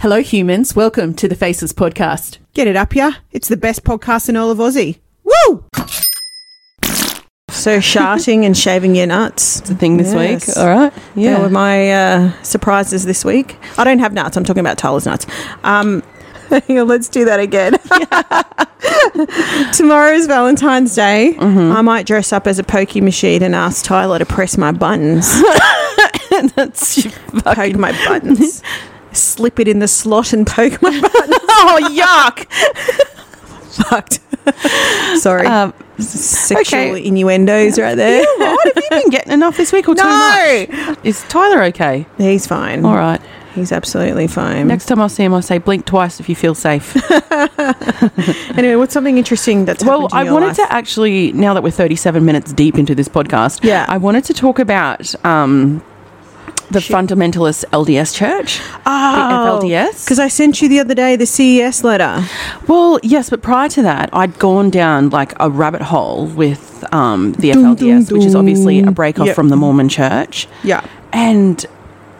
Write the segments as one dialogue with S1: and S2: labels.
S1: Hello, humans. Welcome to the Faces Podcast.
S2: Get it up, yeah? It's the best podcast in all of Aussie. Woo!
S3: So sharting and shaving your nuts.
S4: It's a thing this
S3: Yes.
S4: week. All right.
S3: Yeah, were my uh, surprises this week. I don't have nuts. I'm talking about Tyler's nuts. Um, hang on, let's do that again. Tomorrow is Valentine's Day.
S2: Mm-hmm.
S3: I might dress up as a pokey machine and ask Tyler to press my buttons,
S4: That's
S3: poke my buttons, slip it in the slot and poke my buttons. oh, yuck! Fucked. Sorry.
S2: Uh,
S4: um,
S3: Sexual innuendos right there.
S4: what have you been getting enough this week or too
S3: No!
S4: much? Is Tyler okay?
S3: He's fine.
S4: All right.
S3: He's absolutely fine.
S4: Next time I see him, I say blink twice if you feel safe.
S3: Anyway, what's something interesting that's
S4: well,
S3: happened in
S4: I
S3: your
S4: wanted
S3: life?
S4: to actually now that we're 37 minutes deep into this podcast,
S3: Yeah.
S4: I wanted to talk about um, the fundamentalist LDS Church.
S3: Oh,
S4: FLDS?
S3: Because I sent you the other day the CES letter.
S4: Well, yes, but prior to that, I'd gone down like a rabbit hole with um, the
S3: Dun,
S4: FLDS, which is
S3: dun,
S4: obviously a
S3: dun.
S4: break off
S3: Yep.
S4: from the Mormon Church.
S3: Yeah.
S4: and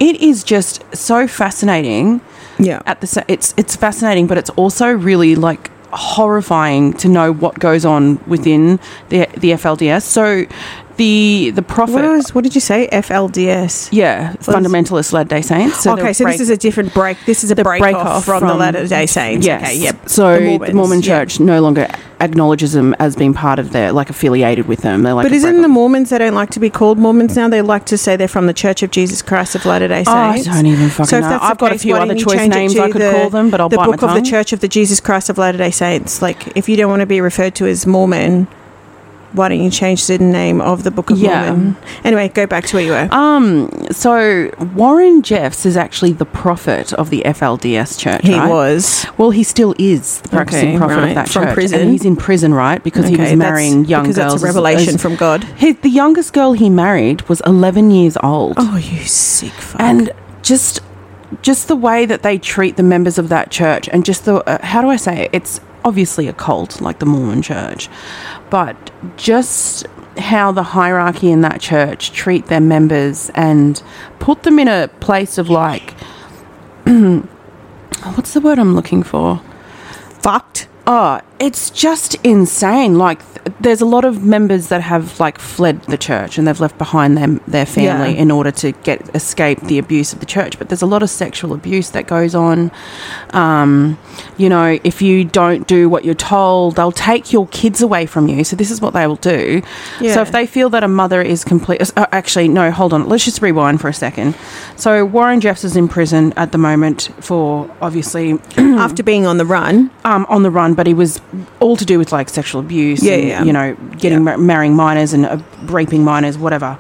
S4: it is just so fascinating.
S3: Yeah.
S4: At the sa- it's it's fascinating, but it's also really like horrifying to know what goes on within the the FLDS. So the the prophet,
S3: What, was, what did you say? FLDS.
S4: yeah,
S3: What is-
S4: fundamentalist led day saints.
S3: okay, so this is a different break. This is a break,
S4: break
S3: off,
S4: off
S3: from, the
S4: from-
S3: Latter Day Saints.
S4: Yes.
S3: Okay. Yep.
S4: So
S3: The
S4: the,
S3: Mormons,
S4: Mormon
S3: yeah.
S4: Church no longer acknowledges them as being part of their like affiliated with them. They're like
S3: but
S4: a
S3: isn't
S4: break
S3: the Mormons they don't like to be called Mormons now? They like to say they're from the Church of Jesus Christ of Latter Day
S4: Oh, I
S3: Saints.
S4: don't even fucking
S3: if
S4: know.
S3: that's the
S4: I've got a
S3: case,
S4: few
S3: why
S4: other
S3: don't you
S4: choice
S3: change it
S4: names
S3: to
S4: I could
S3: the-
S4: call them, but I'll
S3: the
S4: bite my
S3: Book of
S4: tongue.
S3: the Church of the Jesus Christ of Latter Day Saints. Like, if you don't want to be referred to as Mormon, why don't you change the name of the Book of
S4: Yeah.
S3: Mormon? Anyway, go back to where you were.
S4: Um, so Warren Jeffs is actually the prophet of the FLDS church.
S3: he
S4: right?
S3: was.
S4: Well, he still is the practicing
S3: Okay,
S4: prophet
S3: right.
S4: of that
S3: From
S4: church,
S3: prison.
S4: and he's in prison, right? Because he was
S3: that's-
S4: marrying young
S3: because
S4: girls.
S3: That's a
S4: as-
S3: revelation
S4: as-
S3: from God.
S4: He- the youngest girl he married was 11 years old,
S3: Oh, you sick fuck.
S4: and just just the way that they treat the members of that church, and just the uh, how do I say it? It's obviously a cult like the Mormon Church, but just how the hierarchy in that church treat their members and put them in a place of like. What's the word I'm looking for?
S3: fucked.
S4: Oh, it's just insane. Like, th- there's a lot of members that have like fled the church and they've left behind them their family
S3: Yeah.
S4: in order to get escape the abuse of the church. But there's a lot of sexual abuse that goes on. Um, you know, if you don't do what you're told, they'll take your kids away from you. So this is what they will do.
S3: Yeah.
S4: So if they feel that a mother is complete, uh, actually, no, hold on. Let's just rewind for a second. So Warren Jeffs is in prison at the moment for obviously
S3: After being on the run,
S4: um, on the run, but he was all to do with like sexual abuse,
S3: Yeah,
S4: and,
S3: yeah.
S4: you know, getting mar- marrying minors and uh, raping minors, whatever.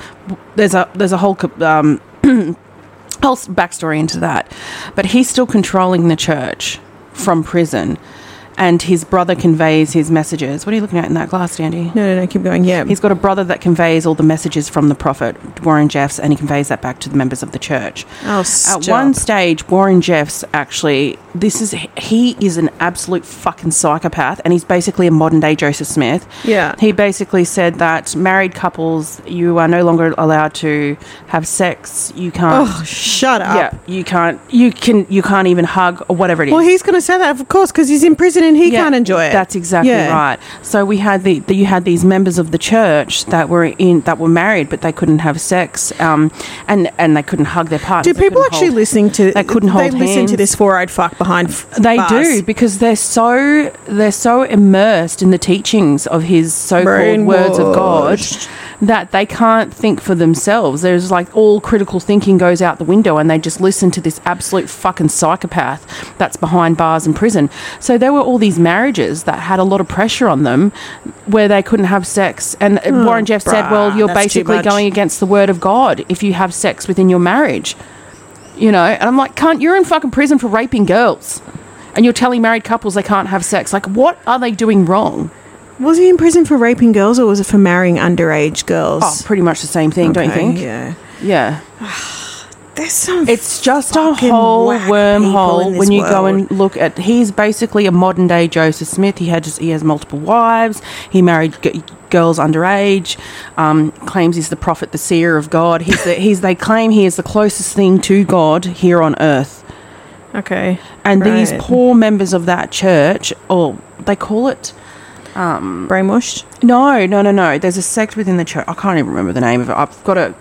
S4: There's a there's a whole co- um, whole s- backstory into that, but he's still controlling the church from prison, and his brother conveys his messages. What are you looking at in that glass, Dandy?
S3: no, no, no, keep going. Yeah,
S4: He's got a brother that conveys all the messages from the prophet Warren Jeffs, and he conveys that back to the members of the church.
S3: oh, stop.
S4: At one stage, Warren Jeffs actually, this is, he is an absolute fucking psychopath and he's basically a modern day Joseph Smith.
S3: yeah,
S4: He basically said that married couples, you are no longer allowed to have sex. You can't.
S3: oh, shut up.
S4: yeah, you can't. You can. You can't even hug or whatever it is.
S3: Well, he's going to say that, of course, because he's in prison and he
S4: Yeah,
S3: can't enjoy it.
S4: That's exactly
S3: Yeah.
S4: right. So we had the, the you had these members of the church that were in that were married, but they couldn't have sex, um, and and they couldn't hug their partners.
S3: Do
S4: they
S3: people
S4: couldn't
S3: actually
S4: hold-
S3: listening to?
S4: they couldn't
S3: They
S4: hold
S3: listen to
S4: hands.
S3: this four-eyed fuck behind. F-
S4: They
S3: bars.
S4: do because they're so they're so immersed in the teachings of his so-called words of God
S3: Brainwashed.
S4: that they can't think for themselves. There's like all critical thinking goes out the window, and they just listen to this absolute fucking psychopath that's behind bars in prison. So there were all these marriages that had a lot of pressure on them, where they couldn't have sex. And uh, Warren Jeff said, "Well,
S3: Oh, bruh,
S4: you're
S3: that's too
S4: basically
S3: much."
S4: going against the word of God if you have sex within your marriage." you know and i'm like cunt you're in fucking prison for raping girls and you're telling married couples they can't have sex like what are they doing wrong
S3: Was he in prison for raping girls, or was it for marrying underage girls?
S4: oh pretty much the same thing don't you
S3: Okay,
S4: think
S3: Yeah,
S4: yeah
S3: there's some.
S4: it's just a
S3: Fucking
S4: whole
S3: whack people
S4: wormhole
S3: in
S4: when
S3: this
S4: you go and
S3: world.
S4: look at he's basically a modern day joseph smith he had he has multiple wives he married g- girls underage um, claims he's the prophet the seer of god he's the, he's they claim he is the closest thing to god here on earth
S5: Okay.
S4: And these
S5: Right.
S4: poor members of that church, or they call it um,
S5: Brainwashed.
S4: no, no, no, no. There's a sect within the church. I can't even remember the name of it. I've got a.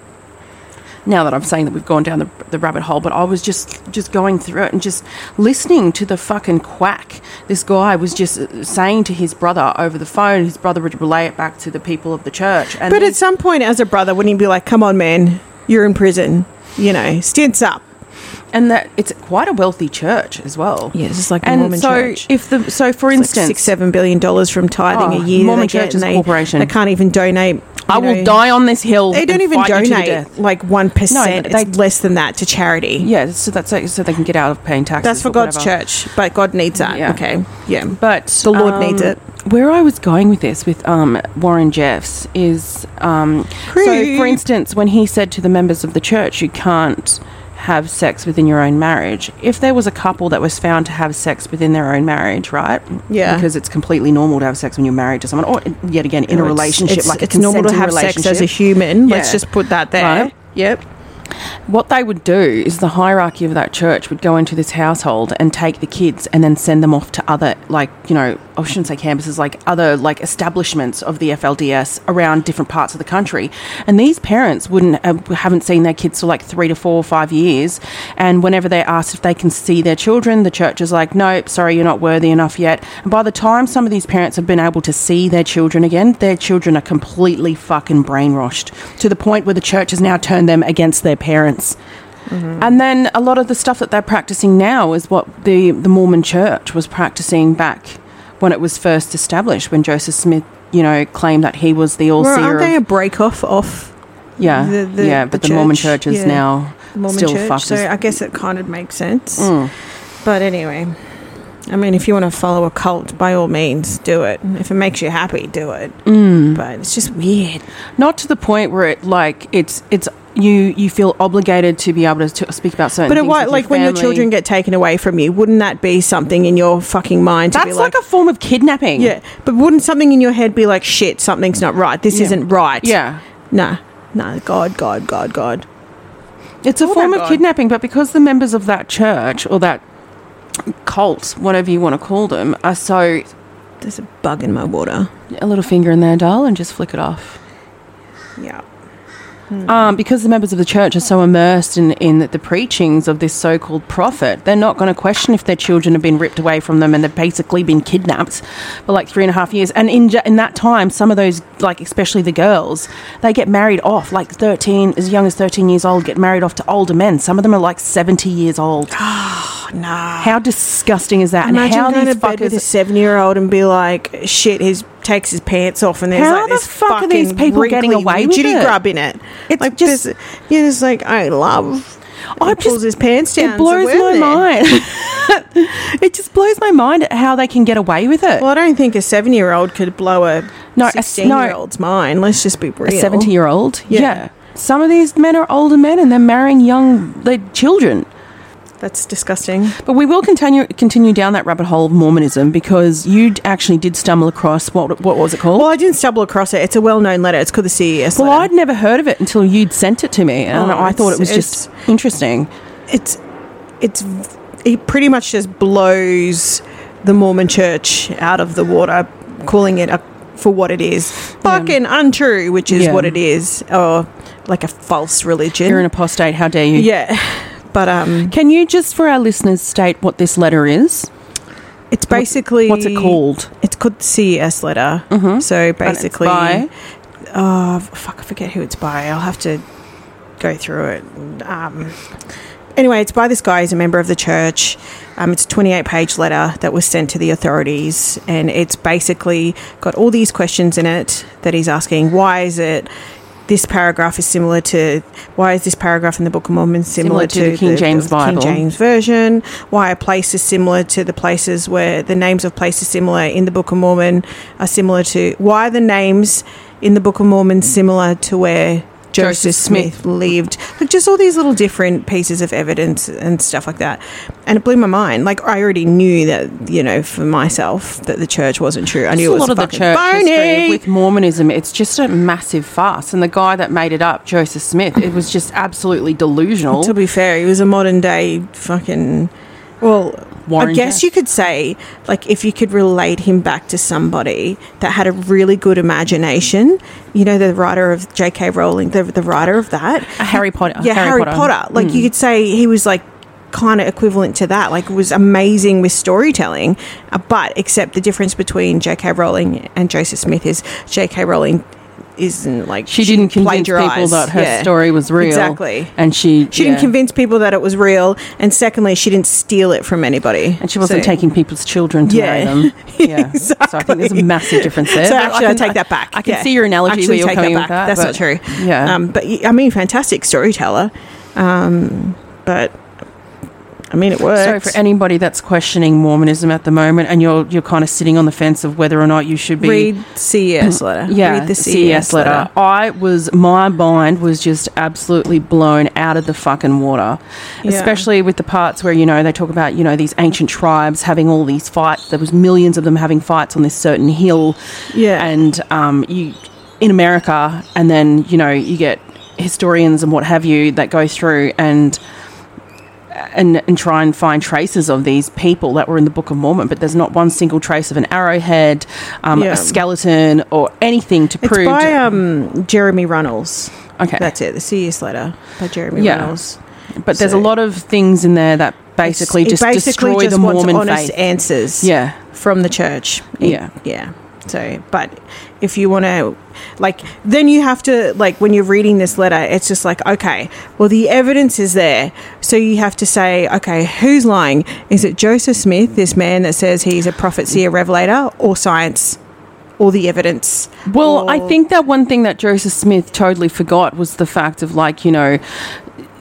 S4: Now that I'm saying that we've gone down the, the rabbit hole, but I was just just going through it and just listening to the fucking quack. This guy was just uh, saying to his brother over the phone. His brother would relay it back to the people of the church. And
S3: But
S4: these-
S3: at some point, as a brother, wouldn't you be like, come on, man, you're in prison? You know, stance up.
S4: and that it's quite a wealthy church as well.
S3: Yeah, it's just like the
S4: and
S3: Mormon
S4: so
S3: church.
S4: if the so for
S3: It's
S4: instance,
S3: like six, seven billion dollars from tithing
S4: Oh,
S3: a year.
S4: Mormon
S3: they get,
S4: Church
S3: and
S4: is a
S3: they,
S4: corporation.
S3: They can't even donate. you
S4: I will
S3: know.
S4: die on this hill.
S3: They don't
S4: and
S3: even
S4: fight you to the
S3: donate
S4: death.
S3: like one percent.
S4: No, they-
S3: it's less than that to charity.
S4: Yeah, so that's it, so they can get out of paying taxes.
S3: That's for
S4: or
S3: God's
S4: whatever.
S3: church, but God needs that.
S4: Yeah.
S3: Okay, yeah. um,
S4: But
S3: The Lord needs it.
S4: Where I was going with this, with um, Warren Jeffs, is um, so.
S3: Creep.
S4: For instance, when he said to the members of the church, "You can't have sex within your own marriage." If there was a couple that was found to have sex within their own marriage, right?
S3: Yeah.
S4: because it's completely normal to have sex when you're married to someone, or yet again in a
S3: It's-
S4: relationship,
S3: it's,
S4: like
S3: it's normal to
S4: consenting
S3: have sex as a
S4: relationship.
S3: human. Let's
S4: Yeah.
S3: just put that there.
S4: Right.
S3: Yep.
S4: What they would do is the hierarchy of that church would go into this household and take the kids and then send them off to other, like, you know, I shouldn't say campuses, like other, like, establishments of the FLDS around different parts of the country. And these parents wouldn't, uh, haven't seen their kids for like three to four or five years. And whenever they're asked if they can see their children, the church is like, nope, sorry, you're not worthy enough yet. And by the time some of these parents have been able to see their children again, their children are completely fucking brainwashed to the point where the church has now turned them against their parents.
S3: Mm-hmm.
S4: And then a lot of the stuff that they're practicing now is what the, the Mormon church was practicing back when it was first established, when Joseph Smith, you know, claimed that he was the all
S3: Well,
S4: seer.
S3: aren't
S4: of-
S3: they a break off off
S4: yeah,
S3: the- the-
S4: yeah,
S3: the
S4: but the Mormon
S3: church?
S4: church is
S3: Yeah.
S4: now
S3: the Mormon
S4: still
S3: church?
S4: fucked
S3: So
S4: as-
S3: I guess it kind of makes sense.
S4: Mm.
S3: But anyway, I mean, if you want to follow a cult, by all means, do it. If it makes you happy, do it.
S4: Mm.
S3: But it's just weird.
S4: not to the point where it like it's it's you you feel obligated to be able to, to speak about certain
S3: But it,
S4: things.
S3: wa-
S4: with
S3: like when your
S4: family.
S3: children get taken away from you, wouldn't that be something in your fucking mind? To
S4: that's
S3: be
S4: like, a form of kidnapping.
S3: yeah. But wouldn't something in your head be like, shit, something's not right. This
S4: Yeah.
S3: isn't right.
S4: yeah.
S3: Nah. Nah. God. God. God. God.
S4: It's a
S3: Oh my
S4: form of
S3: God.
S4: kidnapping, but because the members of that church or that cult, whatever you want to call them, are so
S3: There's a bug in my water.
S4: a little finger in there, doll, and just flick it off.
S3: Yeah.
S4: Um, because the members of the church are so immersed in, in the preachings of this so called prophet, they're not going to question if their children have been ripped away from them and they've basically been kidnapped for like three and a half years. And in, ju- in that time, some of those, like especially the girls, they get married off like 13, as young as 13 years old, get married off to older men. Some of them are like 70 years old.
S3: Nah.
S4: How disgusting is that?
S3: Imagine
S4: and how
S3: going
S4: these
S3: to bed with a
S4: fuckers.
S3: seven-year-old and be like, "Shit, he takes his pants off, and there's
S4: How
S3: like
S4: the
S3: this
S4: fuck are
S3: fucking
S4: these people getting
S3: wrinkly
S4: away with
S3: jitty
S4: it?
S3: grub in it."
S4: It's
S3: like
S4: just-
S3: just you're just like, I love.
S4: I
S3: He pulls
S4: Oh, just-
S3: his pants down.
S4: It
S3: It's a
S4: blows
S3: worm
S4: my
S3: there.
S4: mind. it just blows my mind at how they can get away with it.
S3: Well, I don't think a seven-year-old could blow a
S4: No, a s- no.
S3: sixteen-year-old's mind. Let's just be
S4: a
S3: real.
S4: 70 year old.
S3: Yeah.
S4: Yeah. Some of these men are older men and they're marrying young they children.
S3: That's disgusting.
S4: But we will continue continue down that rabbit hole of Mormonism because you d- actually did stumble across what what was it called?
S3: Well, I didn't stumble across it. It's a well-known letter. It's called the CES.
S4: Well,
S3: letter.
S4: I'd never heard of it until you'd sent it to me, and
S3: Oh,
S4: I thought it
S3: it's-
S4: was just interesting.
S3: it's it's it pretty much just blows the Mormon Church out of the water, calling it a for what it is, fucking untrue, which is
S4: Yeah.
S3: what it is, or like a false religion.
S4: You're an apostate. How dare you?
S3: yeah, but um,
S4: Can you just for our listeners state what this letter is?
S3: it's basically
S4: What's it called? Mm-hmm.
S3: It's called the CES letter. So basically,
S4: by?
S3: oh fuck, I forget who it's by. I'll have to go through it. Um, anyway, it's by this guy. He's a member of the church. Um, it's a 28 page letter that was sent to the authorities, and it's basically got all these questions in it that he's asking. Why is it? This paragraph is similar to why is this paragraph in the Book of Mormon similar,
S4: Similar to the King James Bible.
S3: King James Version? Why a place is similar to the places where the names of places similar in the Book of Mormon are similar to why are the names in the Book of Mormon similar to where Joseph
S4: Joseph
S3: Smith,
S4: Smith.
S3: lived. Like just all these little different pieces of evidence and stuff like that. And it blew my mind. Like I already knew that, you know, for myself that the church wasn't true. I
S4: It's
S3: knew
S4: a
S3: it
S4: lot
S3: was
S4: of the
S3: fucking
S4: church
S3: phony.
S4: history with Mormonism. It's just a massive farce, and the guy that made it up, Joseph Smith, it was just absolutely delusional.
S3: to be fair, he was a modern day fucking Well,
S4: Warren
S3: I guess
S4: Jeffs.
S3: you could say, like, if you could relate him back to somebody that had a really good imagination, you know, the writer of J.K. Rowling, the, the writer of that.
S5: A Harry Potter.
S3: Yeah, Harry, Potter. Like,
S4: Hmm.
S3: you could say he was like kind of equivalent to that, like, was amazing with storytelling. uh, But, except the difference between J.K. Rowling and Joseph Smith is J.K. Rowling isn't like
S4: She didn't convince people
S3: plagiarised.
S4: that her
S3: Yeah.
S4: story was real.
S3: Exactly.
S4: And she
S3: She
S4: yeah.
S3: didn't convince people that it was real, and secondly, she didn't steal it from anybody.
S4: And she wasn't
S3: So-
S4: taking people's children to
S3: Yeah.
S4: marry them. Yeah. So I think there's a massive difference there.
S3: So
S4: But
S3: actually, I,
S4: can-
S3: take that back.
S4: I can
S3: Yeah.
S4: see your analogy
S3: Actually
S4: where you're
S3: take
S4: coming
S3: that
S4: with that.
S3: back. That's
S4: but-
S3: not true.
S4: Yeah.
S3: Um, but y- I mean, fantastic storyteller. Um, but I mean, it works.
S4: so for anybody that's questioning Mormonism at the moment, and you're you're kind of sitting on the fence of whether or not you should be
S3: read CES letter.
S4: yeah, E
S3: read the CES,
S4: letter.
S3: letter.
S4: I was my mind was just absolutely blown out of the fucking water,
S3: Yeah.
S4: especially with the parts where you know they talk about you know these ancient tribes having all these fights. There was millions of them having fights on this certain hill,
S3: Yeah.
S4: and um, you in America, and then you know you get historians and what have you that go through and. And, and try and find traces of these people that were in the Book of Mormon, but there's not one single trace of an arrowhead, um,
S3: Yeah.
S4: a skeleton, or anything to
S3: It's
S4: prove.
S3: by um, Jeremy Runnels.
S4: okay,
S3: That's it. The CES letter by Jeremy
S4: Yeah.
S3: Runnels.
S4: but there's
S3: so-
S4: a lot of things in there that basically
S3: It
S4: just
S3: basically
S4: destroy
S3: just
S4: the
S3: wants
S4: Mormon
S3: honest
S4: faith.
S3: answers.
S4: yeah,
S3: from the church.
S4: Yeah.
S3: Yeah. So, but if you want to, like, then you have to, like, when you're reading this letter, it's just like, okay, well, the evidence is there. So you have to say, okay, who's lying? Is it Joseph Smith, this man that says he's a prophet, seer, revelator, or science, or the evidence?
S4: Well, I
S3: Or-
S4: think that one thing that Joseph Smith totally forgot was the fact of like you know.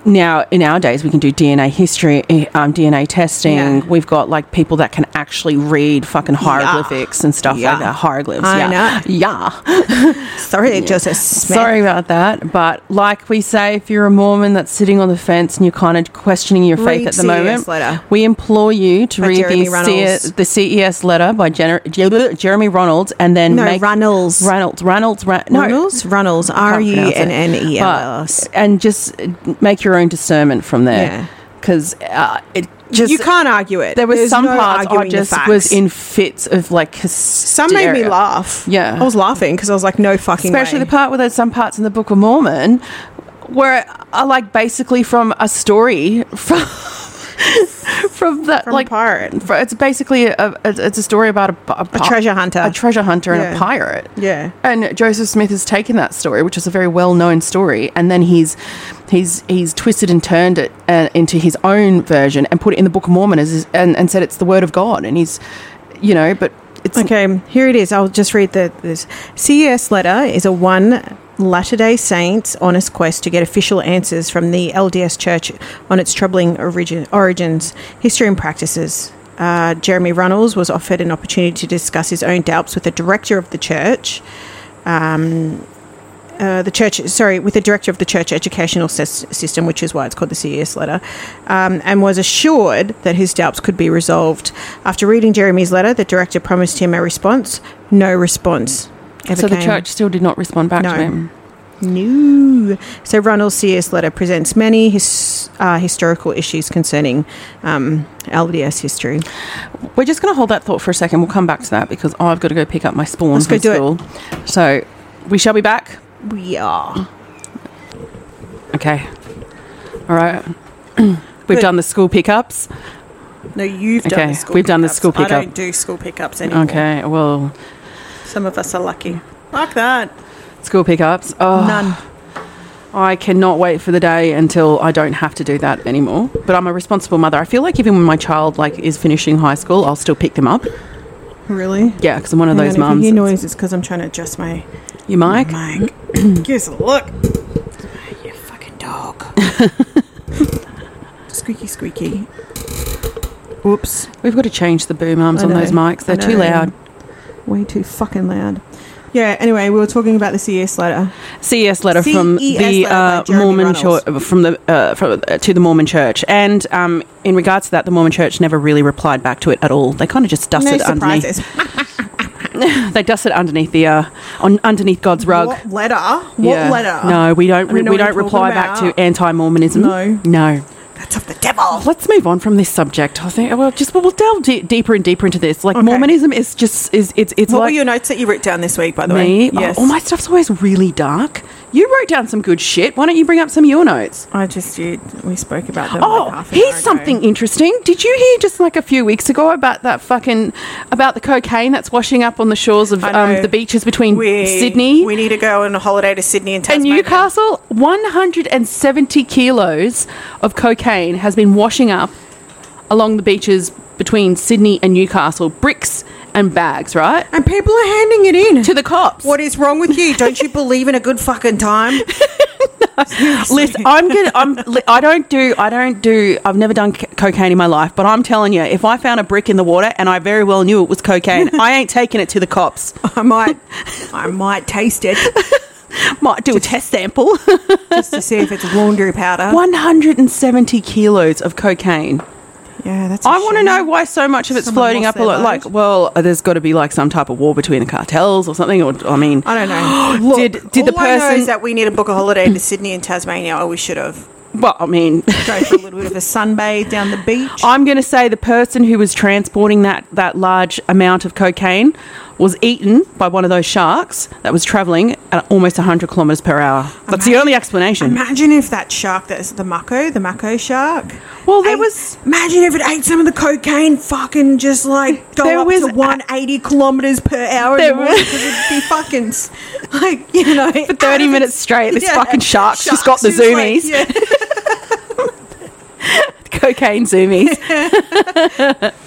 S4: Now, in our days, we can do DNA history, eh, um, DNA testing.
S3: Yeah.
S4: We've got like people that can actually read fucking hieroglyphics and stuff
S3: Yeah.
S4: like that. Hieroglyphs,
S3: I
S4: yeah,
S3: know.
S4: yeah.
S3: Sorry, Joseph Smith.
S4: Sorry about that. But like we say, if you're a Mormon that's sitting on the fence and you're kind of questioning your faith
S3: Read
S4: at the
S3: CES
S4: moment,
S3: letter.
S4: we implore you to
S3: By
S4: read
S3: Jeremy
S4: the,
S3: Runnels.
S4: CE the CES letter by Gen- Jeremy Ronalds and then
S3: No,
S4: make
S3: Runnels.
S4: Reynolds. Reynolds. Ra- no.
S3: Runnels? Runnels. R U
S4: pronounce it.
S3: N N E L S.
S4: But- And just make your own discernment from
S3: Yeah.
S4: there. Because uh, it just.
S3: You can't argue it.
S4: There was
S3: There's
S4: some
S3: no
S4: parts I
S3: arguing the
S4: just was
S3: facts.
S4: in fits of like hysteria.
S3: Some made me laugh.
S4: Yeah.
S3: I was laughing because I was like, no fucking
S4: especially
S3: way.
S4: the part where there's some parts in the Book of Mormon where are like basically from a story from from that
S3: From a
S4: like
S3: pirate.
S4: fro- it's basically a, a it's a story about a, a, pi-
S3: treasure hunter.
S4: a treasure hunter and a
S3: Yeah.
S4: pirate.
S3: Yeah.
S4: And Joseph Smith has taken that story, which is a very well-known story, and then he's he's he's twisted and turned it uh, into his own version and put it in the Book of Mormon as his, and and said it's the word of God, and he's you know, but it's
S3: Okay, here it is. I'll just read the this. CES letter is a one Latter day Saints honest quest to get official answers from the LDS Church on its troubling origin, origins, history, and practices. Uh, Jeremy Runnels was offered an opportunity to discuss his own doubts with the director of the church. Um, uh, the church, sorry, with the director of the church educational sys- system, which is why it's called the CES letter, um, and was assured that his doubts could be resolved. After reading Jeremy's letter, the director promised him a response. No response. Ever
S4: so the
S3: came.
S4: church still did not respond back
S3: No.
S4: to him.
S3: No. So Ronald C.S. letter presents many his, uh, historical issues concerning um, LDS history.
S4: We're just going to hold that thought for a second. We'll come back to that because I've got to go pick up my spawn
S3: Let's
S4: from
S3: go do it.
S4: school. So we shall be back.
S3: We are.
S4: Okay. All right. We've
S3: Good.
S4: done the school pickups.
S3: No, you've
S4: done Okay, the school we've done the pickups. school I pickup. don't
S3: do school pickups
S4: Okay. Well,
S3: Some of us are lucky. Like that.
S4: school pickups. Oh,
S3: None.
S4: I cannot wait for the day until I don't have to do that anymore. But I'm a responsible mother. I feel like even when my child like is finishing high school, I'll still pick them up.
S3: Really?
S4: Yeah, because I'm one of those
S3: Hang on, if you
S4: mums.
S3: hear noises because I'm trying to adjust my
S4: You mic?
S3: mic. Give us a look. You fucking dog. squeaky, squeaky. Oops.
S4: We've got to change the boom arms
S3: I
S4: on
S3: know,
S4: those mics. They're
S3: I
S4: too
S3: know.
S4: loud.
S3: Way too fucking loud. Yeah, anyway, we were talking about the CS letter.
S4: CES E letter from
S3: CES
S4: the
S3: E letter by
S4: uh,
S3: Jeremy
S4: Mormon
S3: Runnels.
S4: chur- from the uh, from, uh, to the Mormon Church, and um, in regards to that, the Mormon Church never really replied back to it at all. They kind of just dusted underneath. They dusted underneath the uh, on underneath God's rug.
S3: What letter? What
S4: Yeah.
S3: letter?
S4: No, we don't.
S3: I don't know
S4: we
S3: what
S4: don't
S3: you're
S4: reply
S3: talking
S4: back to
S3: about.
S4: anti-Mormonism.
S3: No.
S4: no.
S3: That's of the devil.
S4: Let's move on from this subject. I think well, just we'll delve de- deeper and deeper into this. Like
S3: Okay.
S4: Mormonism is just is it's it's
S3: What
S4: like
S3: were your notes that you wrote down this week, by the
S4: me.
S3: way? Yes.
S4: Oh, all my stuff's always really dark. You wrote down some good shit. Why don't you bring up some of your notes?
S3: I just you, we spoke about them. like
S4: Oh,
S3: half an hour
S4: here's
S3: ago.
S4: something interesting. Did you hear just like a few weeks ago about that fucking about the cocaine that's washing up on the shores of
S3: I know.
S4: um, the beaches between
S3: We-
S4: Sydney
S3: We need to go on a holiday to Sydney and
S4: and
S3: Tasmania.
S4: Newcastle? 170 kilos of cocaine has been washing up along the beaches between Sydney and Newcastle, bricks and bags, right?
S3: And people are handing it in.
S4: To the cops.
S3: What is wrong with you? Don't you believe in a good fucking time?
S4: Listen, I'm gonna. I'm. li- I don't do. I don't do. I've never done c- cocaine in my life, but I'm telling you, if I found a brick in the water and I very well knew it was cocaine, I ain't taking it to the cops.
S3: I might, I might taste it
S4: Might do a test sample.
S3: just to see if it's laundry powder.
S4: 170 kilos of cocaine.
S3: Yeah, that's. I
S4: I want to know why so much of it's
S3: Someone
S4: floating up
S3: lost
S4: a
S3: their
S4: lot. Like,
S3: mind.
S4: well, uh, there's got to be like some type of war between the cartels or something. Or I mean,
S3: I don't know. Look,
S4: Did- did the
S3: all I know
S4: person-
S3: is that we need to book a holiday to Sydney and Tasmania? Oh, we should have
S4: well, I mean.
S3: go for a little bit of a sunbathe down the beach.
S4: I'm going to say the person who was transporting that, that large amount of cocaine was eaten by one of those sharks that was traveling at almost 100 kilometers per hour. That's the only explanation.
S3: Imagine if that shark that's the mako, the mako shark.
S4: Well, there
S3: ate-
S4: was-
S3: Imagine if it ate some of the cocaine, fucking just like go
S4: There
S3: up
S4: was
S3: to
S4: a-
S3: one eighty kilometers per hour.
S4: There
S3: There was
S4: was-
S3: it'd be fucking s- like you know
S4: For 30 minutes straight, this fucking shark's just got the zoomies. Cocaine zoomies.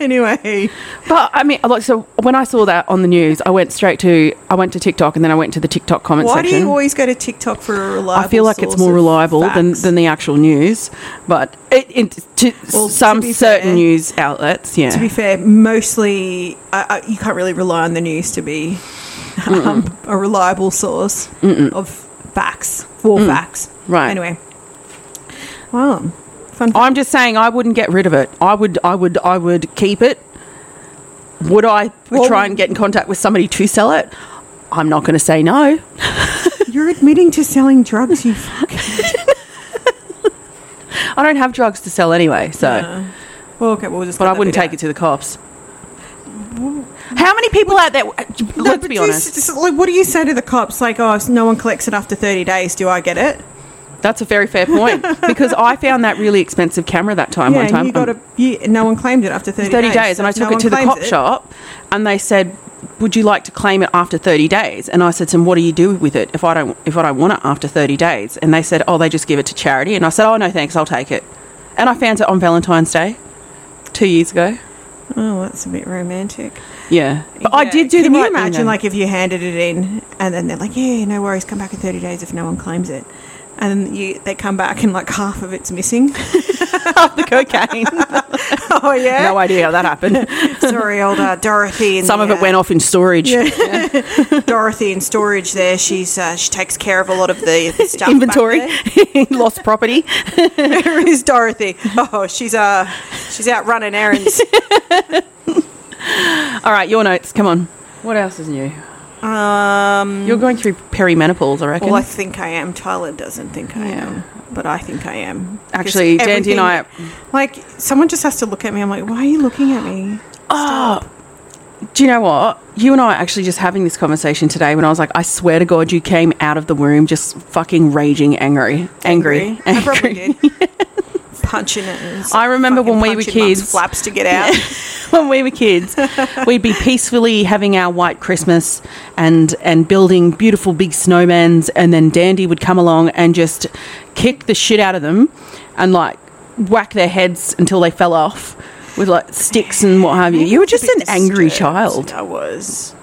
S3: Anyway,
S4: but I mean, like, so when I saw that on the news, I went straight to, I went to TikTok and then I went to the TikTok comment
S3: why do
S4: section.
S3: you always go to TikTok for a reliable?
S4: I feel like it's
S3: source
S4: more
S3: of
S4: reliable than,
S3: facts?
S4: than the actual news, but it, it, to
S3: Well, to
S4: some
S3: be
S4: certain
S3: fair-
S4: news outlets, yeah.
S3: to be fair, mostly I, I, you can't really rely on the news to be um, a reliable source of facts for facts.
S4: Mm. Right.
S3: Anyway, wow, fun. fact.
S4: I'm just saying I wouldn't get rid of it. I would I would I would keep it. Would I
S3: Well,
S4: try and get in contact with somebody to sell it? I'm not going to say no.
S3: You're admitting to selling drugs. You fuck.
S4: I don't have drugs to sell anyway, so
S3: Well, okay, we'll just.
S4: but I wouldn't take it to the cops. How many people out there let's be honest.
S3: like, what do you say to the cops? Like, oh, so no one collects it after 30 days. Do I get it?
S4: That's a very fair point because I found that really expensive camera that time one
S3: and
S4: time.
S3: you got
S4: um,
S3: a. You, no one claimed it after 30,
S4: 30 days,
S3: so
S4: and I
S3: if
S4: took
S3: no
S4: it to the
S3: one claims
S4: cop
S3: it-
S4: shop and they said would you like to claim it after 30 days and I said to them what do you do with it if I don't if I don't want it after 30 days and they said oh they just give it to charity and I said oh no thanks I'll take it and I found it on Valentine's Day 2 years ago
S3: Oh, that's a bit romantic.
S4: yeah but I
S3: Yeah.
S4: did do
S3: Can
S4: the
S3: you
S4: right thing,
S3: imagine,
S4: though.
S3: like, if you handed it in and then they're like, "Yeah, no worries, come back in thirty days if no one claims it," and then you they come back and like half of it's missing.
S4: half the cocaine
S3: oh yeah,
S4: no idea how that happened
S3: sorry, old uh, Dorothy. And
S4: some of it went off in storage
S3: Dorothy in storage there. She's uh, she takes care of a lot of the, the stuff. back
S4: inventory
S3: there.
S4: lost property
S3: Where is Dorothy? Oh, she's uh she's out running errands.
S4: all right your notes come on what else is new
S3: Um,
S4: you're going through perimenopause I reckon
S3: well, I think I am. Tyler doesn't think I am, but I think I am. Because
S4: Actually, Dandy and I-
S3: everything- like someone just has to look at me. I'm like, why are you looking at me?
S4: Oh, do you know what? You and I were actually just having this conversation today when I was like, I swear to God, you came out of the womb just fucking raging angry. Angry.
S3: I probably did. Punching it. and
S4: I remember
S3: fucking
S4: when we were
S3: punching mum's
S4: kids.
S3: Flaps to get out.
S4: when we were kids, we'd be peacefully having our white Christmas and and building beautiful big snowmen, and then Dandy would come along and just kick the shit out of them, and like whack their heads until they fell off with like sticks and what have Um, you. You were just
S3: A bit
S4: an angry
S3: disturbed.
S4: child.
S3: I was.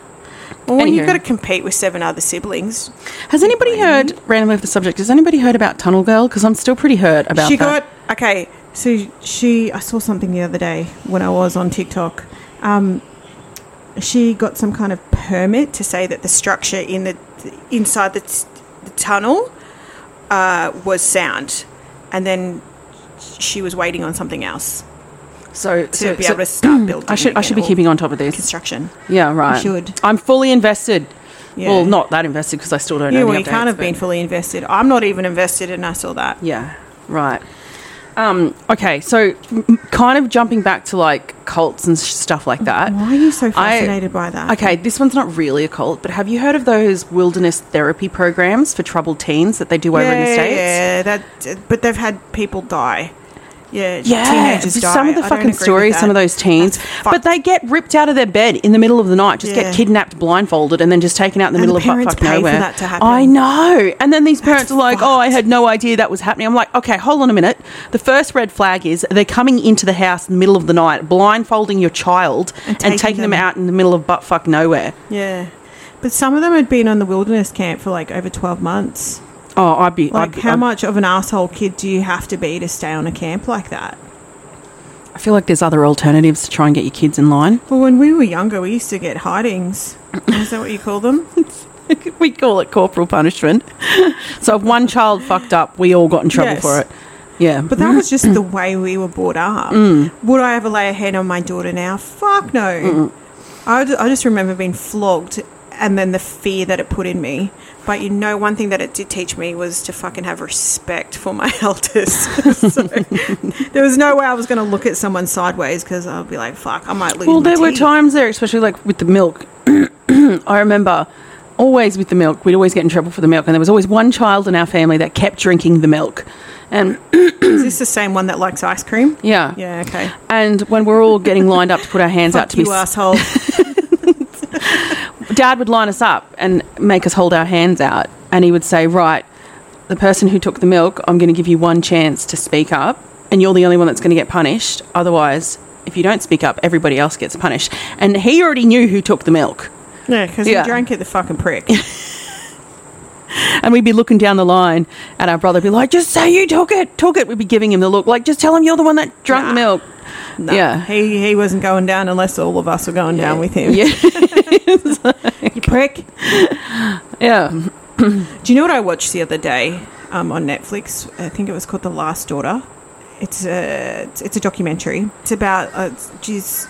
S3: Well, when you've
S4: Anywho.
S3: got to compete with seven other siblings.
S4: Has anybody heard, randomly off the subject, has anybody heard about Tunnel Girl? Because I'm still pretty hurt about
S3: she
S4: that.
S3: got okay. So she, I saw something the other day when I was on TikTok. Um, she got some kind of permit to say that the structure in the inside the, t- the tunnel uh, was sound, and then she was waiting on something else
S4: so,
S3: to be able to start building.
S4: I should, I
S3: again
S4: should be
S3: or
S4: keeping on top of this.
S3: construction.
S4: Yeah, right.
S3: should.
S4: I'm fully invested.
S3: Yeah.
S4: Well, not that invested because I still don't
S3: Yeah,
S4: know.
S3: well,
S4: the
S3: you can't
S4: updates,
S3: have been
S4: but-
S3: fully invested. I'm not even invested, and I saw that.
S4: Yeah, right. Um, okay, so m- kind of jumping back to like cults and s- stuff like that.
S3: Why are you so
S4: I-
S3: fascinated by that?
S4: Okay, this one's not really a cult, but have you heard of those wilderness therapy programs for troubled teens that they do over
S3: yeah,
S4: in the States?
S3: yeah, that. But they've had people die. Yeah,
S4: Yeah,
S3: teenagers die.
S4: some of
S3: I
S4: the
S3: don't
S4: fucking
S3: agree with
S4: stories, some of
S3: that.
S4: those teens,
S3: That's fucked.
S4: but they get ripped out of their bed in the middle of the night, just
S3: Yeah.
S4: get kidnapped, blindfolded, and then just taken out in the
S3: And
S4: middle
S3: the
S4: of fuck,
S3: parents
S4: fuck
S3: pay for
S4: nowhere.
S3: that to happen.
S4: I know, and then these parents
S3: That's
S4: are like, "Oh, I had no idea that was happening." I'm like, "Okay, hold on a minute." The first red flag is they're coming into the house in the middle of the night, blindfolding your child and taking,
S3: taking
S4: them.
S3: them.
S4: out in the middle of butt fuck nowhere.
S3: Yeah, but some of them had been on the wilderness camp for like over twelve months.
S4: Oh, I'd be
S3: Like,
S4: I'd,
S3: how
S4: I'd-
S3: much of an asshole kid do you have to be to stay on a camp like that?
S4: I feel like there's other alternatives to try and get your kids in line.
S3: Well, when we were younger, we used to get hidings. Is that what you call them?
S4: we call it corporal punishment. so if one child fucked up, we all got in trouble
S3: Yes.
S4: for it. Yeah.
S3: But that was just the way we were brought up.
S4: Mm.
S3: Would I ever lay a hand on my daughter now? Fuck no. I, d- I just remember being flogged and then the fear that it put in me. But you know, one thing that it did teach me was to fucking have respect for my elders. so, there was no way I was going to look at someone sideways because I'd be like, fuck, I might lose
S4: well,
S3: my
S4: there were
S3: teeth.
S4: times there, especially like with the milk. I remember always with the milk, we'd always get in trouble for the milk, and there was always one child in our family that kept drinking the milk. And
S3: Is this the same one that likes ice cream?
S4: yeah,
S3: Yeah, okay.
S4: and when we're all getting lined up to put our hands out
S3: Fuck
S4: to be
S3: you, asshole.
S4: Dad would line us up and make us hold our hands out, and he would say, "Right, the person who took the milk, I'm going to give you one chance to speak up, and you're the only one that's going to get punished. Otherwise, if you don't speak up, everybody else gets punished." And he already knew who took the milk,
S3: yeah, because
S4: Yeah.
S3: you drank it, the fucking prick.
S4: and we'd be looking down the line, and our brother would be like, "Just say you took it, took it." We'd be giving him the look, like, "Just tell him you're the one that drank the
S3: Nah.
S4: milk."
S3: No,
S4: Yeah.
S3: He he wasn't going down unless all of us were going down with him.
S4: Yeah,
S3: You prick.
S4: yeah.
S3: Do you know what I watched the other day um, on Netflix? I think it was called The Last Daughter. It's a it's, it's a documentary. It's about uh, she's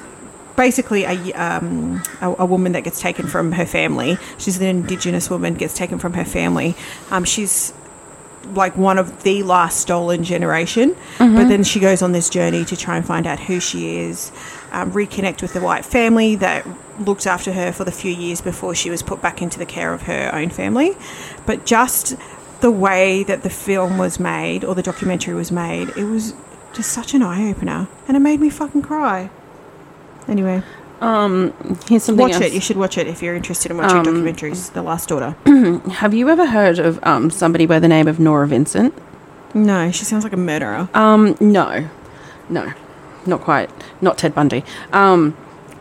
S3: basically a um, a, a woman that gets taken from her family. She's an Indigenous woman gets taken from her family. Um, she's like one of the last stolen generation.
S4: Mm-hmm.
S3: But then she goes on this journey to try and find out who she is, um, reconnect with the white family that looked after her for the few years before she was put back into the care of her own family. But just the way that the film was made or the documentary was made, it was just such an eye opener. And it made me fucking cry. Anyway,
S4: Here's something
S3: watch
S4: else.
S3: it. You should watch it if you're interested in watching
S4: Um,
S3: documentaries. The Last Daughter.
S4: Have you ever heard of um, somebody by the name of Nora Vincent?
S3: no, she sounds like a murderer.
S4: Um, no, no, not quite. Not Ted Bundy. Um,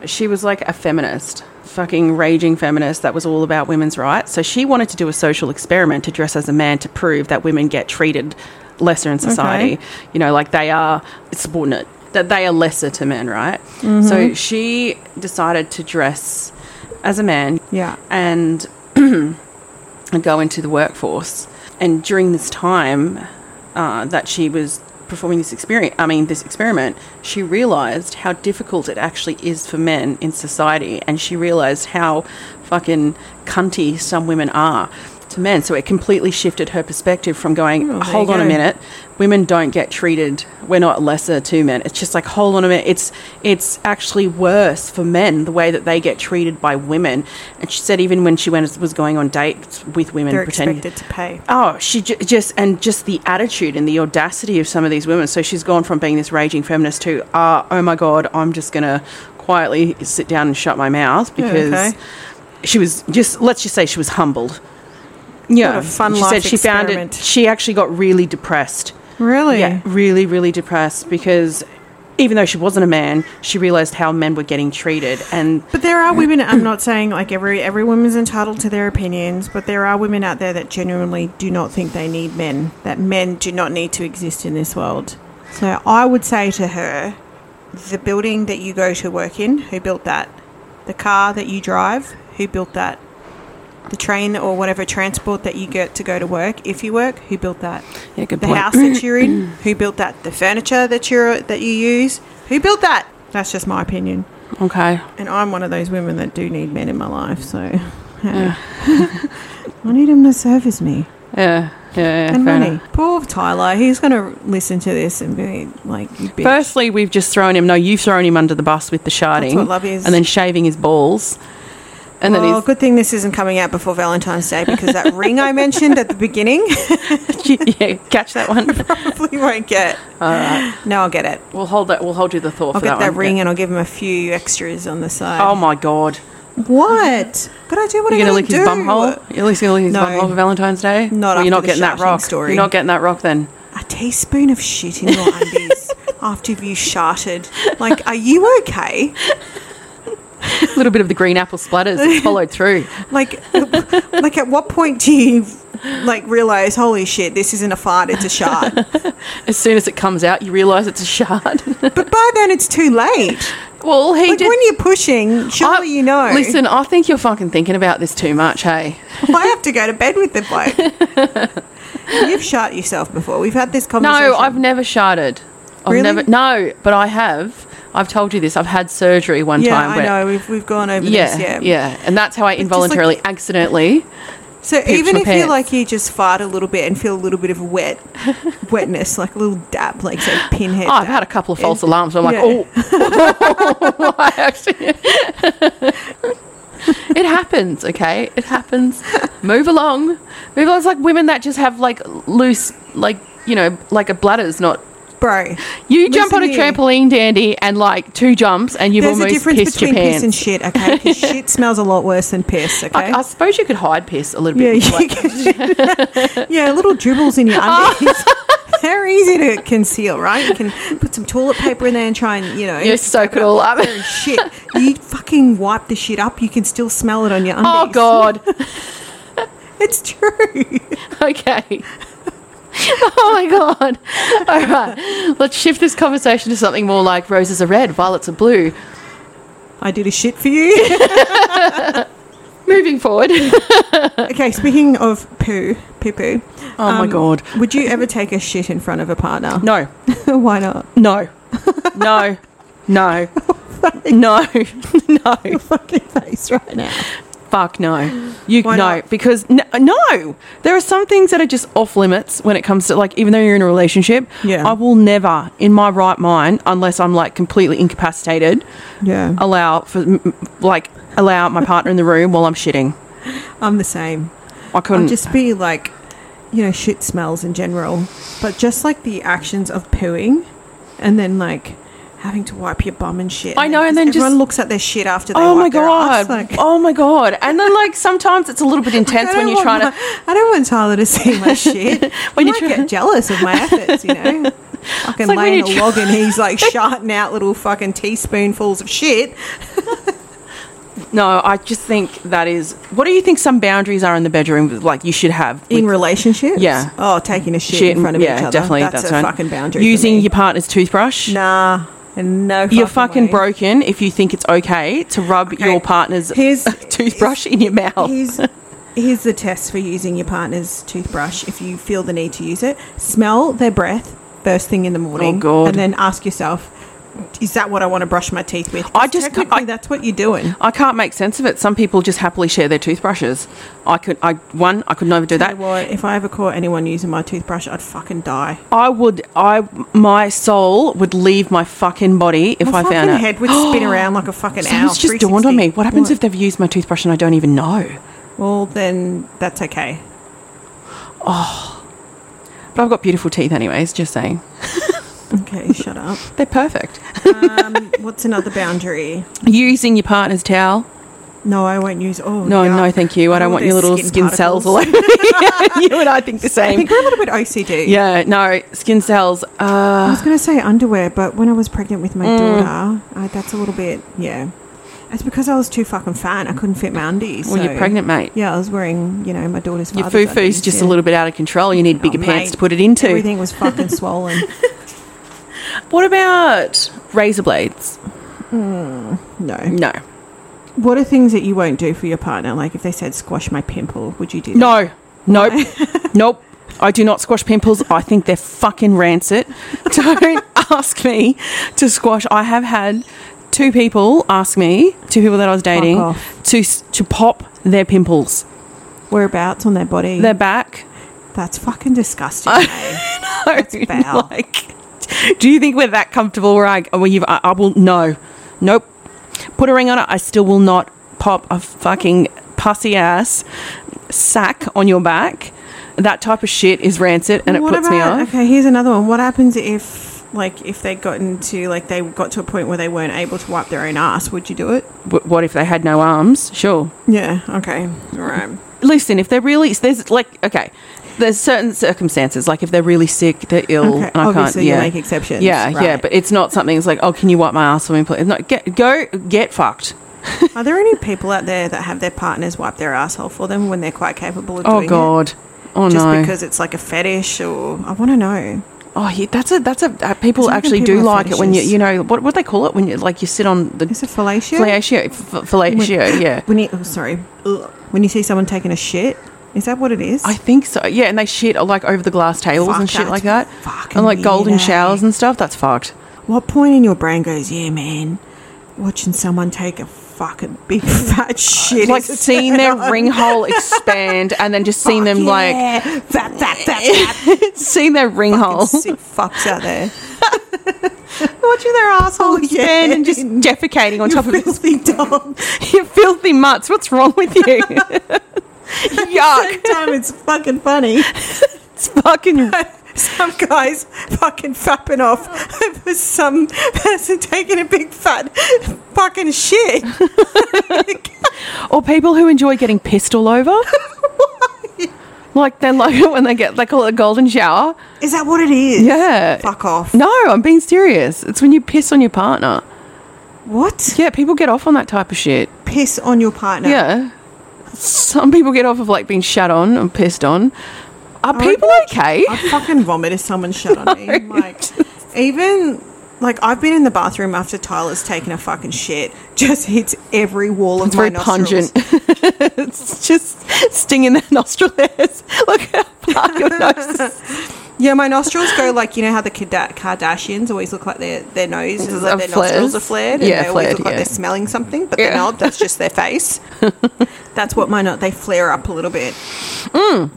S4: she was like a feminist, fucking raging feminist that was all about women's rights. So she wanted to do a social experiment to dress as a man to prove that women get treated lesser in society. You know, like they are subordinate, that they are lesser to men, right? So she decided to dress as a man
S3: Yeah.
S4: and go into the workforce. And during this time uh, that she was performing this experience, I mean this experiment, she realized how difficult it actually is for men in society, and she realized how fucking cunty some women are to men. So it completely shifted her perspective from going,
S3: Oh, there
S4: "Hold
S3: you
S4: on a
S3: go.
S4: minute, women don't get treated. We're not lesser to men." It's just like, "Hold on a minute, it's it's actually worse for men the way that they get treated by women." And she said even when she went was going on dates with women,
S3: They're
S4: pretending
S3: expected to pay.
S4: Oh, she j- just and just the attitude and the audacity of some of these women. So she's gone from being this raging feminist to, uh, oh my god, I'm just gonna quietly sit down and shut my mouth
S3: Yeah,
S4: because
S3: okay.
S4: she was just let's just say she was humbled. Yeah,
S3: a fun
S4: she
S3: life
S4: said she found
S3: experiment.
S4: it. She actually got really depressed.
S3: Really?
S4: Yeah, really, really depressed because even though she wasn't a man, she realized how men were getting treated and
S3: But there are women. I'm not saying like every every woman's entitled to their opinions, but there are women out there that genuinely do not think they need men. That men do not need to exist in this world. So I would say to her, the building that you go to work in, who built that? The car that you drive, who built that? The train or whatever transport that you get to go to work, if you work, who built that?
S4: yeah, good
S3: The house that you're in, who built that? The furniture that you're that you use, who built that? That's just my opinion.
S4: Okay,
S3: And I'm one of those women that do need men in my life, so hey. I need them to service me.
S4: Yeah, yeah, yeah.
S3: and
S4: fair
S3: money.
S4: enough.
S3: Poor Tyler. He's going to listen to this and be like, you bitch.
S4: Firstly, we've just thrown him. No, you've thrown him under the bus with the sharding,
S3: That's what love is.
S4: and then shaving his balls, and
S3: well,
S4: then
S3: Oh, good thing this isn't coming out before Valentine's Day because that ring I mentioned at the beginning
S4: he's yeah, catch that one.
S3: probably won't get.
S4: All right,
S3: No, I'll get it.
S4: we'll hold that. We'll hold you the thought
S3: I'll
S4: for
S3: get
S4: that
S3: that
S4: one.
S3: ring
S4: Yeah.
S3: and I'll give him a few extras on the side.
S4: Oh my god!
S3: What? But I do. What
S4: You're
S3: am
S4: gonna
S3: I
S4: lick
S3: do?
S4: his bum hole. You're at least gonna lick his
S3: No.
S4: bum hole for Valentine's Day.
S3: Not
S4: Well,
S3: after
S4: you're not
S3: the
S4: getting that
S3: sharking
S4: rock.
S3: story.
S4: You're not getting that rock then.
S3: A teaspoon of shit in your undies after you've sharted. Like, are you okay?
S4: A little bit of the green apple splatters. It's followed through.
S3: Like, like at what point do you like realize? Holy shit! This isn't a fart. It's a shart.
S4: As soon as it comes out, you realise it's a shard.
S3: But by then, it's too late.
S4: well, he
S3: Like
S4: did.
S3: when you're pushing, surely
S4: I-
S3: you know.
S4: Listen, I think you're fucking thinking about this too much. Hey,
S3: I have to go to bed with the bloke. You've shot yourself before. We've had this conversation.
S4: No, I've never sharded. I've
S3: Really?
S4: never no, but I have. I've told you this. I've had surgery one
S3: Yeah,
S4: time.
S3: I
S4: where-
S3: know. We've, we've gone over
S4: Yeah,
S3: this. Yeah,
S4: yeah, and that's how I
S3: just
S4: involuntarily,
S3: like-
S4: accidentally.
S3: So
S4: Pips
S3: even
S4: my
S3: if
S4: pants.
S3: you like you just fart a little bit and feel a little bit of wet wetness, like a little dab, like say pinhead.
S4: Oh, I've
S3: dab.
S4: had a couple of false alarms. I'm like,
S3: Yeah.
S4: oh, I actually. it happens, okay? It happens. Move along, move along. It's like women that just have like loose, like you know, like a bladder's not.
S3: bro.
S4: You jump on a
S3: listen here.
S4: trampoline, dandy, and like two jumps, and you've
S3: There's a
S4: almost
S3: difference
S4: pissed
S3: between
S4: your pants.
S3: piss and shit. Okay, 'Cause shit smells a lot worse than piss. Okay.
S4: I, I suppose you could hide piss a little
S3: yeah,
S4: bit. with,
S3: you
S4: like- Oh.
S3: can, yeah, little dribbles in your undies. They're easy to conceal, right? You can put some toilet paper in there and try and you know
S4: you soak it all up.
S3: Holy shit. You fucking wipe the shit up. You can still smell it on your undies.
S4: oh God.
S3: It's true.
S4: Okay. oh my god. All right. Let's shift this conversation to something more like roses are red, violets are blue.
S3: I did a shit for you.
S4: Moving forward.
S3: okay, speaking of poo, poo poo. Um,
S4: Oh my God.
S3: Would you ever take a shit in front of a partner?
S4: No.
S3: Why not?
S4: No. No. No. No. No.
S3: Fucking face right now.
S4: Fuck no. You
S3: Why
S4: no
S3: not?
S4: because n- no. There are some things that are just off limits when it comes to like even though you're in a relationship.
S3: Yeah.
S4: I will never in my right mind unless I'm like completely incapacitated
S3: Yeah.
S4: allow for m- m- like allow my partner in the room while I'm shitting.
S3: I'm the same.
S4: I
S3: I'll
S4: couldn't.
S3: just be like, you know, shit smells in general, but just like the actions of pooing and then like having to wipe your bum and shit.
S4: I know, and then
S3: everyone
S4: just-
S3: looks at their shit after they
S4: Oh my
S3: wipe their ass,
S4: god!
S3: like-
S4: oh my god! And then like sometimes it's a little bit intense
S3: I
S4: when
S3: don't
S4: you're
S3: want
S4: trying to.
S3: my- I don't want Tyler to see my shit.
S4: When
S3: when
S4: you
S3: you might
S4: try-
S3: get jealous of my efforts, you know. Fucking
S4: like when
S3: laying
S4: you
S3: a
S4: try-
S3: log and he's like sharting out little fucking teaspoonfuls of shit.
S4: No, I just think that is. What do you think some boundaries are in the bedroom? Like you should have
S3: In
S4: with
S3: relationships?
S4: Yeah.
S3: Oh, taking a shit, in front of
S4: yeah,
S3: each other.
S4: definitely.
S3: That's, a
S4: right.
S3: fucking boundary. for
S4: Using
S3: me.
S4: your partner's toothbrush.
S3: Nah. No fucking
S4: You're fucking
S3: way.
S4: broken if you think it's okay to rub
S3: Okay.
S4: your partner's
S3: Here's-
S4: toothbrush in your mouth.
S3: Here's, here's the test for using your partner's toothbrush if you feel the need to use it. Smell their breath first thing in the morning.
S4: Oh, God.
S3: And then ask yourself, is that what I want to brush my teeth with? 'Cause
S4: I just-
S3: technically
S4: I-
S3: that's what you're doing.
S4: I can't make sense of it. Some people just happily share their toothbrushes. I could, I one, I could never do
S3: That
S4: that.
S3: what, if I ever caught anyone using my toothbrush, I'd fucking die.
S4: I would, I, my soul would leave my fucking body if
S3: my
S4: I
S3: fucking
S4: found out.
S3: head would spin around like a fucking
S4: So
S3: owl.
S4: it's just dawned on
S3: 360.
S4: me. What happens if they've used my toothbrush and I don't even know?
S3: Well, then that's okay.
S4: But I've got beautiful teeth, anyways. Just saying,
S3: Okay, shut up.
S4: they're perfect.
S3: Um, what's another boundary?
S4: Using your partner's towel.
S3: No, I won't use. Oh
S4: No,
S3: yuck.
S4: no, thank you. I don't
S3: All
S4: want your
S3: their
S4: little skin, cells all
S3: particles.
S4: over. me. you and I think the
S3: I
S4: same.
S3: think we're a little bit OCD.
S4: Yeah, no, skin cells.
S3: I
S4: Uh,
S3: was going to say underwear, but when I was pregnant with my
S4: Mm.
S3: daughter, I, that's a little bit, yeah. It's because I was too fucking fat. I couldn't fit my undies.
S4: well, you're
S3: so-
S4: pregnant, mate.
S3: Yeah, I was wearing, you know, my daughter's.
S4: Your
S3: father's
S4: foo foo's
S3: undies,
S4: just a
S3: yeah.
S4: little bit out of control. You need bigger
S3: Oh,
S4: pants
S3: mate,
S4: to put it into.
S3: Everything was fucking swollen.
S4: What about razor blades?
S3: No.
S4: No,
S3: What are things that you won't do for your partner? Like if they said squash my pimple, would you do? that?
S4: no, nope, nope. I do not squash pimples. I think they're fucking rancid. Don't ask me to squash. I have had two people ask me, two people that I was dating,
S3: off.
S4: to s- to pop their pimples.
S3: Whereabouts on their body?
S4: Their back,
S3: That's fucking disgusting. eh?
S4: That's
S3: foul.
S4: Like, do you think we're that comfortable? Where I, well, you've, I, I will no, nope. Put a ring on it. I still will not pop a fucking pussy ass sack on your back. That type of shit is rancid, and it
S3: What
S4: puts me
S3: about-
S4: off.
S3: Okay, here's another one. What happens if, like, if they got into, like, they got to a point where they weren't able to wipe their own ass? Would you do it?
S4: Wh- What if they had no arms? Sure.
S3: Yeah. Okay. All right.
S4: Listen, if they're really there's like okay, there's certain circumstances like if they're really sick, they're ill,
S3: Okay,
S4: and I
S3: obviously
S4: can't.
S3: you
S4: Yeah,
S3: make exceptions,
S4: Yeah, yeah,
S3: right.
S4: but it's not something. It's like, oh, can you wipe my ass for me, please? No, get go get fucked.
S3: Are there any people out there that have their partners wipe their asshole for them when they're quite capable of
S4: Oh
S3: doing it?
S4: God. Oh
S3: Just
S4: no.
S3: because it's like a fetish, or I want to know.
S4: Oh, yeah, that's a that's a uh, people
S3: Some
S4: actually
S3: people
S4: do
S3: have
S4: like it when you
S3: fetishes.
S4: you know what what they call it when you like you sit on the
S3: Is it fellatio?
S4: fellatio f- fellatio yeah.
S3: When you, oh, sorry, Ugh. when you see someone taking a shit, is that what it is?
S4: I think so. Yeah, and they shit uh, like over the glass tables
S3: Fuck,
S4: and shit
S3: that's
S4: like that,
S3: fucking
S4: and like golden
S3: weird, eh?
S4: showers and stuff. That's fucked.
S3: what point in your brain goes, yeah, man, watching someone take a fucking big fat shit,
S4: like
S3: is a
S4: seeing
S3: turn
S4: their
S3: on.
S4: ring hole expand, and then just seeing
S3: Fuck
S4: them like
S3: yeah. fat, fat, fat, fat.
S4: seeing their ring hole,
S3: Fucking sick fucks out there.
S4: watching their asshole expand,
S3: yeah.
S4: and just Oh, defecating on top of it.
S3: filthy dog.
S4: You filthy mutts! What's wrong with you? Yuck!
S3: Time it's fucking funny.
S4: It's fucking
S3: some guys fucking fapping off over some person taking a big fat fucking shit.
S4: Or people who enjoy getting pissed all over. like they love it when they get they call it a golden shower.
S3: Is that what it is?
S4: Yeah.
S3: Fuck off.
S4: No, I'm being serious. It's when you piss on your partner.
S3: What?
S4: Yeah, people get off on that type of shit.
S3: Piss on your partner.
S4: Yeah. Some people get off of like being shut on and pissed on. Are
S3: reckon
S4: people
S3: I'd-
S4: okay?
S3: I'd fucking vomit if someone shut on me. Like, even. Like I've been in the bathroom after Tyler's taken a fucking shit, just hits every wall of
S4: It's
S3: my
S4: very
S3: nostrils.
S4: pungent. it's just stinging their nostril hairs. Look how far your nose is.
S3: Yeah, my nostrils go like you know how the Kada- Kardashians always look like their their nose is
S4: Uh,
S3: like their
S4: flares.
S3: nostrils are flared. And
S4: Yeah,
S3: they always
S4: flared,
S3: look like
S4: yeah.
S3: they're smelling something, but
S4: Yeah.
S3: they're not. That's just their face. That's what my not. They flare up a little bit.
S4: Mm.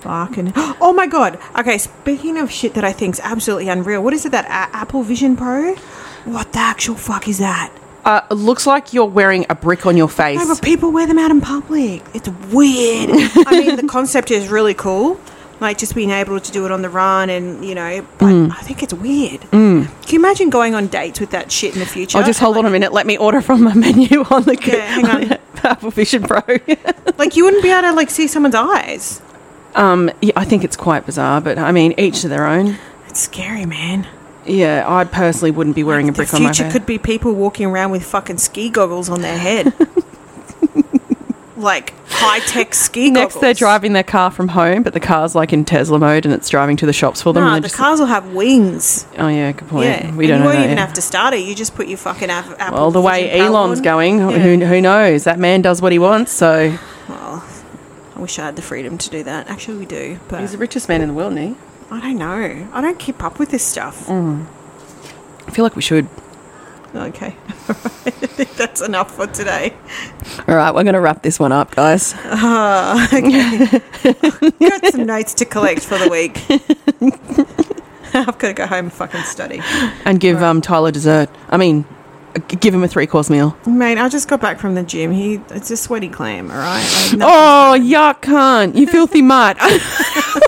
S3: Fucking. Oh my god. Okay, speaking of shit that I think's absolutely unreal, what is it that a- Apple Vision Pro? What the actual fuck is that?
S4: Uh, it looks like you're wearing a brick on your face.
S3: No, but people wear them out in public. It's weird. I mean, the concept is really cool. Like just being able to do it on the run, and you know, but
S4: Mm.
S3: I think it's weird. Can you imagine going on dates with that shit in the future?
S4: Oh, Mm. just hold on a
S3: like,
S4: minute. Let me order from my menu on the
S3: Yeah, hang on.
S4: Apple Vision Pro.
S3: Like you wouldn't be able to like see someone's eyes.
S4: um, yeah, I think it's quite bizarre, but I mean, each to their own.
S3: It's scary, man.
S4: Yeah, I personally wouldn't be wearing a
S3: The
S4: brick on my
S3: future
S4: face.
S3: could be people walking around with fucking ski goggles on their head, like high tech ski
S4: Next,
S3: goggles.
S4: they're driving their car from home, but the car's like in Tesla mode and it's driving to the shops for them. and
S3: Nah, Ah, the
S4: they're just
S3: cars will have wings.
S4: like, oh yeah, good point.
S3: Yeah,
S4: we
S3: and
S4: don't
S3: you
S4: know
S3: won't
S4: that
S3: even
S4: yet.
S3: have to start it. You just put your fucking app. Apple
S4: Well, the way
S3: Vision Pro
S4: Elon's
S3: on.
S4: going,
S3: Yeah.
S4: who, who knows? That man does what he wants. So
S3: Well, I wish I had the freedom to do that. Actually, we do, but
S4: he's the richest man in the world, is
S3: I don't know. I don't keep up with this stuff.
S4: Mm. I feel like we should.
S3: Okay, I think that's enough for today.
S4: All right, we're going to wrap this one up, guys.
S3: Uh, okay. Got some notes to collect for the week. I've got to go home and fucking study.
S4: And give um, Tyler dessert. I mean, g- give him a three course meal.
S3: Mate, I just got back from the gym. He, it's a sweaty clam. All right. Like,
S4: Oh, yuck, cunt. You filthy mutt.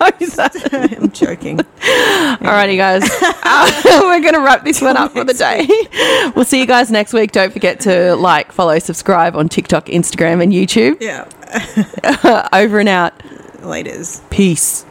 S4: No, that-
S3: nothing- I'm joking.
S4: Alrighty, guys. Uh, we're going to wrap this one up for the day. We'll see you guys next week. Don't forget to like, follow, subscribe on TikTok, Instagram, and YouTube.
S3: Yeah.
S4: Uh, Over and out.
S3: Laters.
S4: Peace.